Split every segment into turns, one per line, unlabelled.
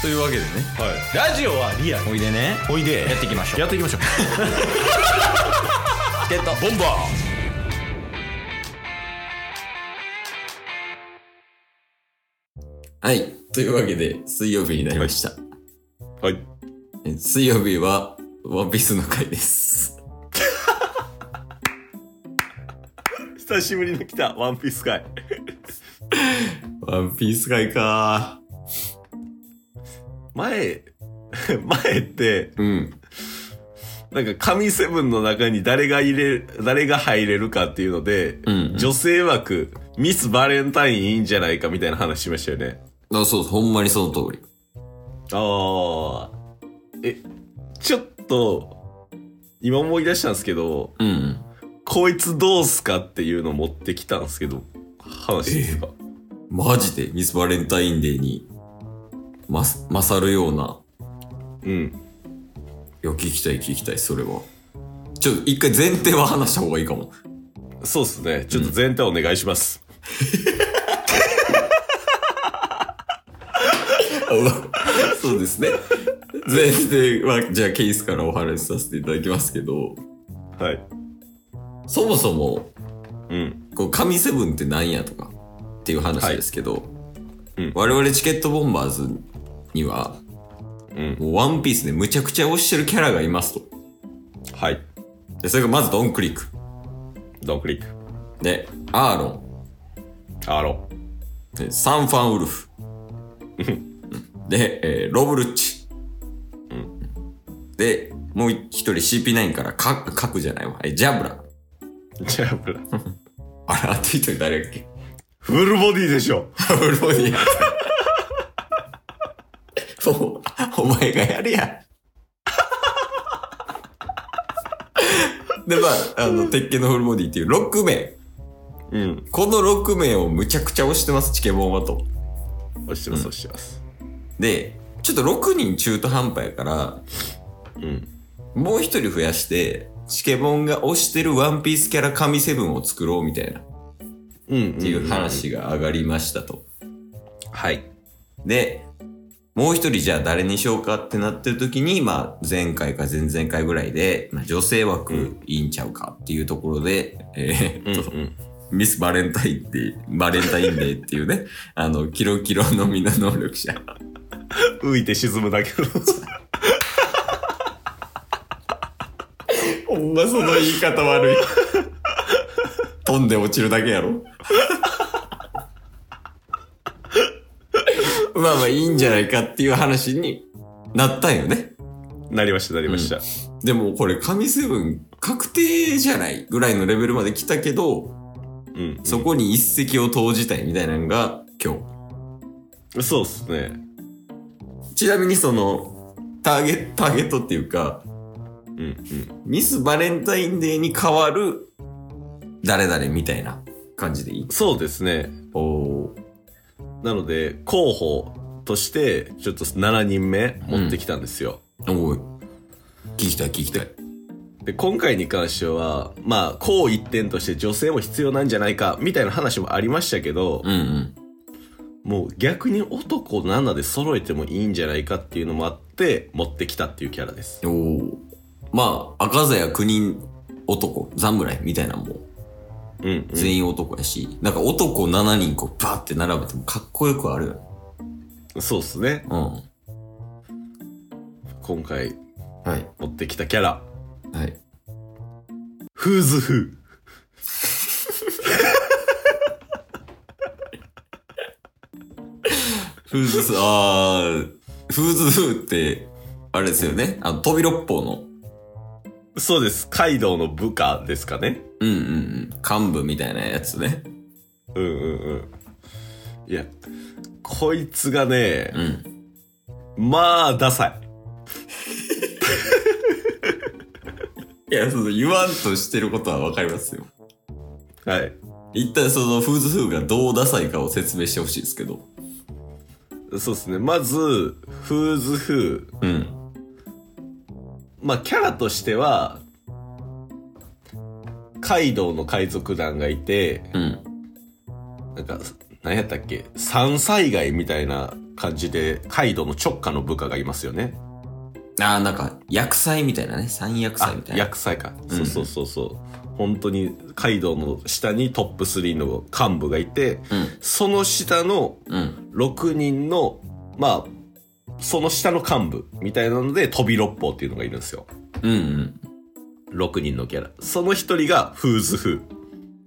というわけでね
はい、ラジオはリアル
おいでね
おいで
やっていきましょう
やっていきましょう
ゲット
ボンバ
はいというわけで水曜日になりました
ーはい
え水曜日はワンピースの回です
久しぶりに来たワンピース会
ワンピース回か
前 前って
うん
なんか神セブンの中に誰が入れ誰が入れるかっていうので、
うん
女性枠ミスバレンタインいいんじゃないかみたいな話しましたよね
あそうほんまにその通り
ああえちょっと今思い出したんですけど
うん
こいつどうすかっていうの持ってきたんですけど話いいですか、
マジでミスバレンタインデーにま勝るような
うん
いや聞きたい聞きたいそれはちょっと一回前提は話した方がいいかも
そうっすね。ちょっと全体お願いします。
そうですね。前提は、じゃあケースからお話しさせていただきますけど、
はい。
そもそも、
うん。
こう、神セブンって何やとかっていう話ですけど、
うん
我々チケットボンバーズには、
うん。
もうワンピースでむちゃくちゃ推してるキャラがいますと。
はい。
で、それがまずドンクリック。
ドンクリック。
で、アーロン。
ア ロ
で、サンファンウルフ。で、えーロブルッチ。で、もう一人 CP9 からカク、カクじゃないわ。えジャブラ。
ン。ジャブラ。
あれ、あと一人誰だっけ
フルボディでしょ。
ダブルボディやつ。お、お前がやるやん。で、まあ、あの、鉄拳のフルボディっていう6名。
うん。
この6名をむちゃくちゃ押してます、チケボンはと。
押してます、押してます。
で、ちょっと6人中途半端やから、
うん。
もう1人増やして、チケボンが押してるワンピースキャラ神セブンを作ろうみたいな、っ
うん。って
いう。話が上がりましたと。
はい。
で、もう一人じゃあ誰にしようかってなってる時に、まあ前回か前々回ぐらいで、まあ、女性枠いいんちゃうかっていうところで、え
うん。う
ー っと
ん。
ミスバレンタインデー、バレンタインデーっていうね、 あの、キロキロのみんな能力者。
浮いて沈むだけの。
ほんまその言い方悪い。飛んで落ちるだけやろ。 まあまあいいんじゃないかっていう話になったんよね。
なりました、なりました。
でもこれ神セブン確定じゃないぐらいのレベルまで来たけど、
うん。
そこに一石を投じたいみたいなのが今
そうっすね。
日。ちなみにその、ターゲット、ターゲットっていうか、
うん。うん。
ミスバレンタインデーに変わる誰々みたいな感じでいい
そうですね。
おー
なので、候補として、ちょっと7人目持ってきたんですよ。
おい。聞きたい聞きたい。
で今回に関してはまあこう一点として女性も必要なんじゃないかみたいな話もありましたけど、
うんうん。
もう逆に男7で揃えてもいいんじゃないかっていうのもあって持ってきたっていうキャラです
おお。まあ、赤座や9人男、侍みたいなもん。
うん、うん
全員男やし、なんか男7人こうバーって並べてもかっこよくあるよね。
そうっすね
うん。
今回
はい。
持ってきたキャラ
はい。
フーズフ
フーズ、あー、フーズフーって、あれですよね。あの、飛び六方の、
ーそうですカイドウの部下ですかね
うんうんうん、幹部みたいなやつね。
うんうんうんいやこいつがね
うん。
まあダサい
いや、その、言わんとしてることはわかりますよ。
はい
一旦その、フーズフーがどうダサいかを説明してほしいですけど。
そうですねまずフーズフ
う
ー
ん。
まあ、キャラとしては、カイドウの海賊団がいて、
うん。
なんか、何やったっけ、山災害みたいな感じで、カイドウの直下の部下がいますよね。
ああ、なんか、薬剤みたいなね。三薬剤
あ
みた、いな。
薬剤か。
うん
そうそうそうそう。本当にカイドウの下にトップ3の幹部がいて、
うん。
その下の
うん。
6人の、まあ、その下の幹部みたいなので、飛び六方っていうのがいるんですよ。
うんうん。
6人のキャラ。その一人が、フーズフ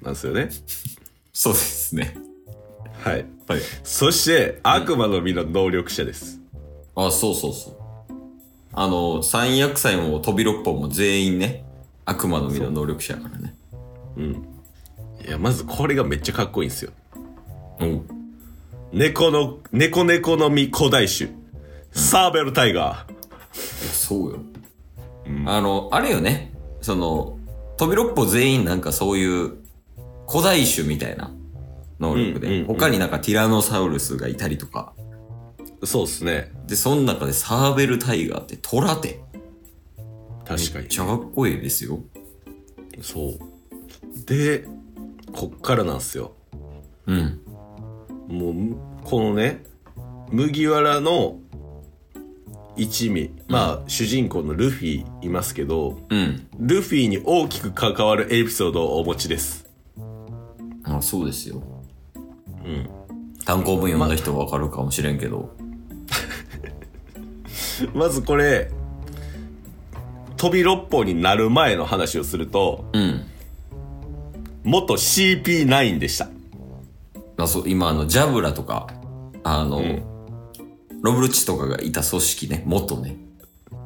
ー。なんですよね。
そうですね。
はい。
はい。
そして、悪魔の実の能力者です。
あ、そうそうそう。あの、三薬剤も飛び六本も全員ね、悪魔の実の能力者やからね。
うん。いや、まずこれがめっちゃかっこいいんですよ。
お
猫の、猫猫の実古代種。サーベルタイガー。
そうよ、
うん
あの、あれよね。その、飛び六歩全員なんかそういう古代種みたいな能力で、
うんうんうん
他になんかティラノサウルスがいたりとか。
そうですね。
で、その中でサーベルタイガーってトラテ。
確か
め
に
っ。ちゃかっこいいですよ。
そう。で、こっからなんですよ。
うん。
もう、このね、麦わらの一味。まあ、主人公のルフィいますけど、
うん。
ルフィに大きく関わるエピソードをお持ちです。
あ、そうですよ。
うん。
単行本読んだ人わかるかもしれんけど。
まずこれ、飛び六方になる前の話をすると、
うん。
元 CP9 でした。
まあ、そう、今あの、ジャブラとか、あの、
ん
ロブルチとかがいた組織ね、元ね。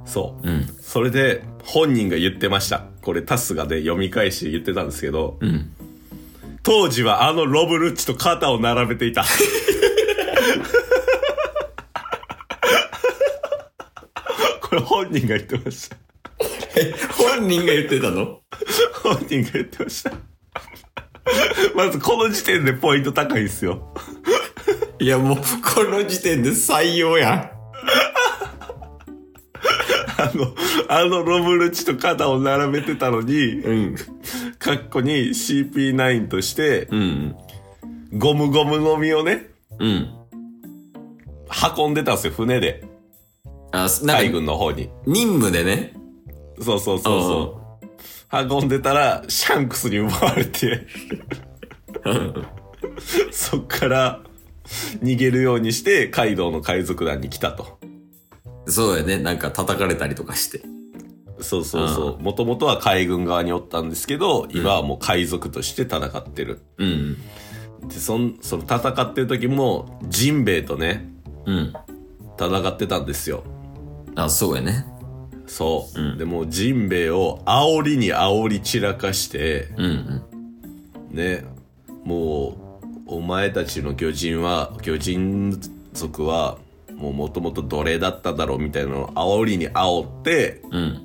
そう。
うん。
それで、本人が言ってました。これタスがで読み返して言ってたんですけど、
うん。
当時はあのロブルッチと肩を並べていた。これ本人が言ってました。
本人が言ってたの
本人が言ってました。まずこの時点でポイント高いんですよ。
いやもう、この時点で採用や
あの、あのロブルチと肩を並べてたのに
ん。、うん。
カッコに CP9 として、
うん。
ゴムゴムの実をね、
うん。
運んでたんですよ、船で。
あ、すな
海
んか、
軍の方に。
任務でね。
そうそうそうそう。運んでたら、シャンクスに奪われて、そっから逃げるようにして、カイドウの海賊団に来たと。
そうやね。なんか叩かれたりとかして。
そうそうそう。もともとは海軍側におったんですけど、今はもう海賊として戦ってる。
うん。
で、そん、その戦ってる時も、ジンベエとね、
うん。
戦ってたんですよ。
あ、そうやね。
そう。でも、ジンベエを煽りに煽り散らかして、
うんうん。
ねもうお前たちの巨人は巨人族はもうもともと奴隷だっただろうみたいなのを煽りに煽って
うん。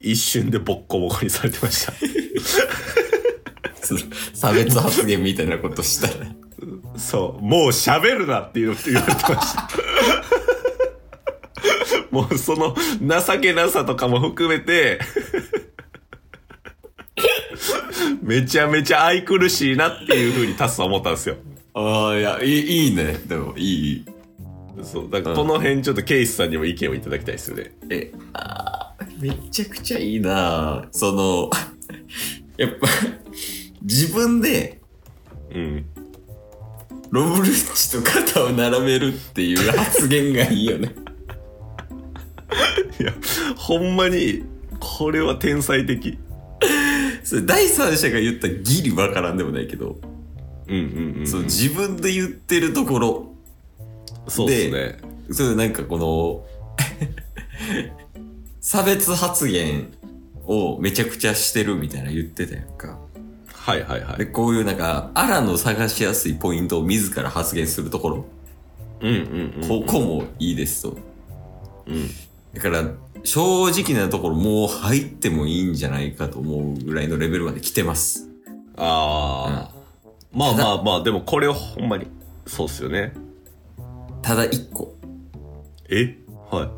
一瞬でボッコボコにされてました
そ差別発言みたいなことしたら。
そうもう喋るなっていうのって言われてました もうその情けなさとかも含めて めちゃめちゃ愛くるしいなっていうふうにタスは思ったんですよ
ああ、いや、いい、いいね。でも、いい。
そうだからこの辺ちょっとケイスさんにも意見をいただきたいですよね
え、あーめちゃくちゃいいなその、 やっぱ、自分で、
うん。
ロブルッチと肩を並べるっていう発言がいいよね。
いや、ほんまに、これは天才的。
それ第三者が言ったらギリわからんでもないけど、
うんうんうん。
そ
そうう
自分で言ってるところ、
そうっすね。
それなんかこの、 差別発言をめちゃくちゃしてるみたいな言ってたやんか。
はいはいは
で、
い。
こういうなんか、アラの探しやすいポイントを自ら発言するところ、
うんうんうん。
ここもいいですと。
うん。
だから、正直なところもう入ってもいいんじゃないかと思うぐらいのレベルまで来てます。
ああ、まあまあまあ、でもこれはほんまに、そうっすよね。
ただ一個。
えは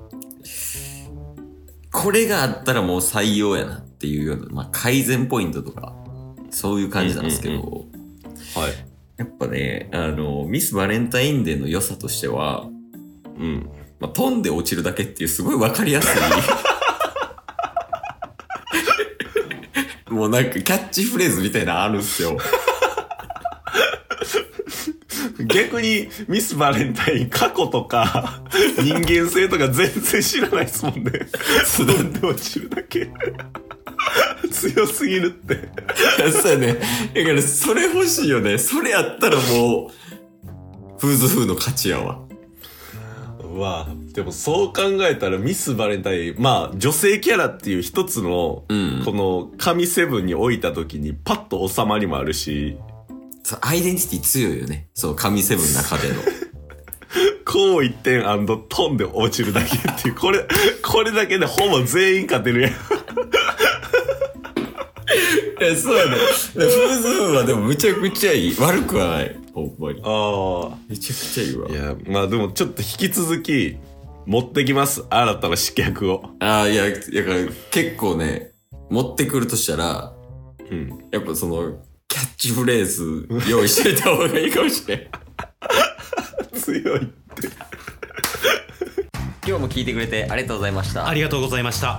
これがあったらもう採用やなっていうような、まあ、改善ポイントとか、そういう感じなんですけど、
うんうい。はい。
やっぱね、あの、ミスバレンタインデーの良さとしては、
うん。
まあ、飛んで落ちるだけっていうすごいわかりやすい。 もうなんかキャッチフレーズみたいなのあるんすよ。
逆に、ミスバレンタイン過去とか、 人間性とか全然知らないですもんね。すだんで落ちるだけ。 強すぎるって。
そうやね。だからそれ欲しいよね。それやったらもう、フーズフーの勝ちやわ。
まあ、でもそう考えたらミスバレンタイン、まあ女性キャラっていう一つの、
うん
この神セブンに置いた時にパッと収まりもあるし、
そうアイデンティティ強いよね。そう、神セブンの中での。
こう一点飛んで落ちるだけっていう、これ、これだけでほぼ全員勝てるやん。
え、そうやね。フーズフーはでもむちゃくちゃいい。悪くはない。ほんまに。
あ
めちゃくちゃいいわ
あ。いや、まあでもちょっと引き続き、持ってきます。新たな試客を。
ああ、いや、だから結構ね、持ってくるとしたら、
うん。
やっぱその、キャッチフレーズ用意していた方がいいかもしれん。
強い。
今日も聞いてくれてありがとうございました
ありがとうございました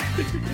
す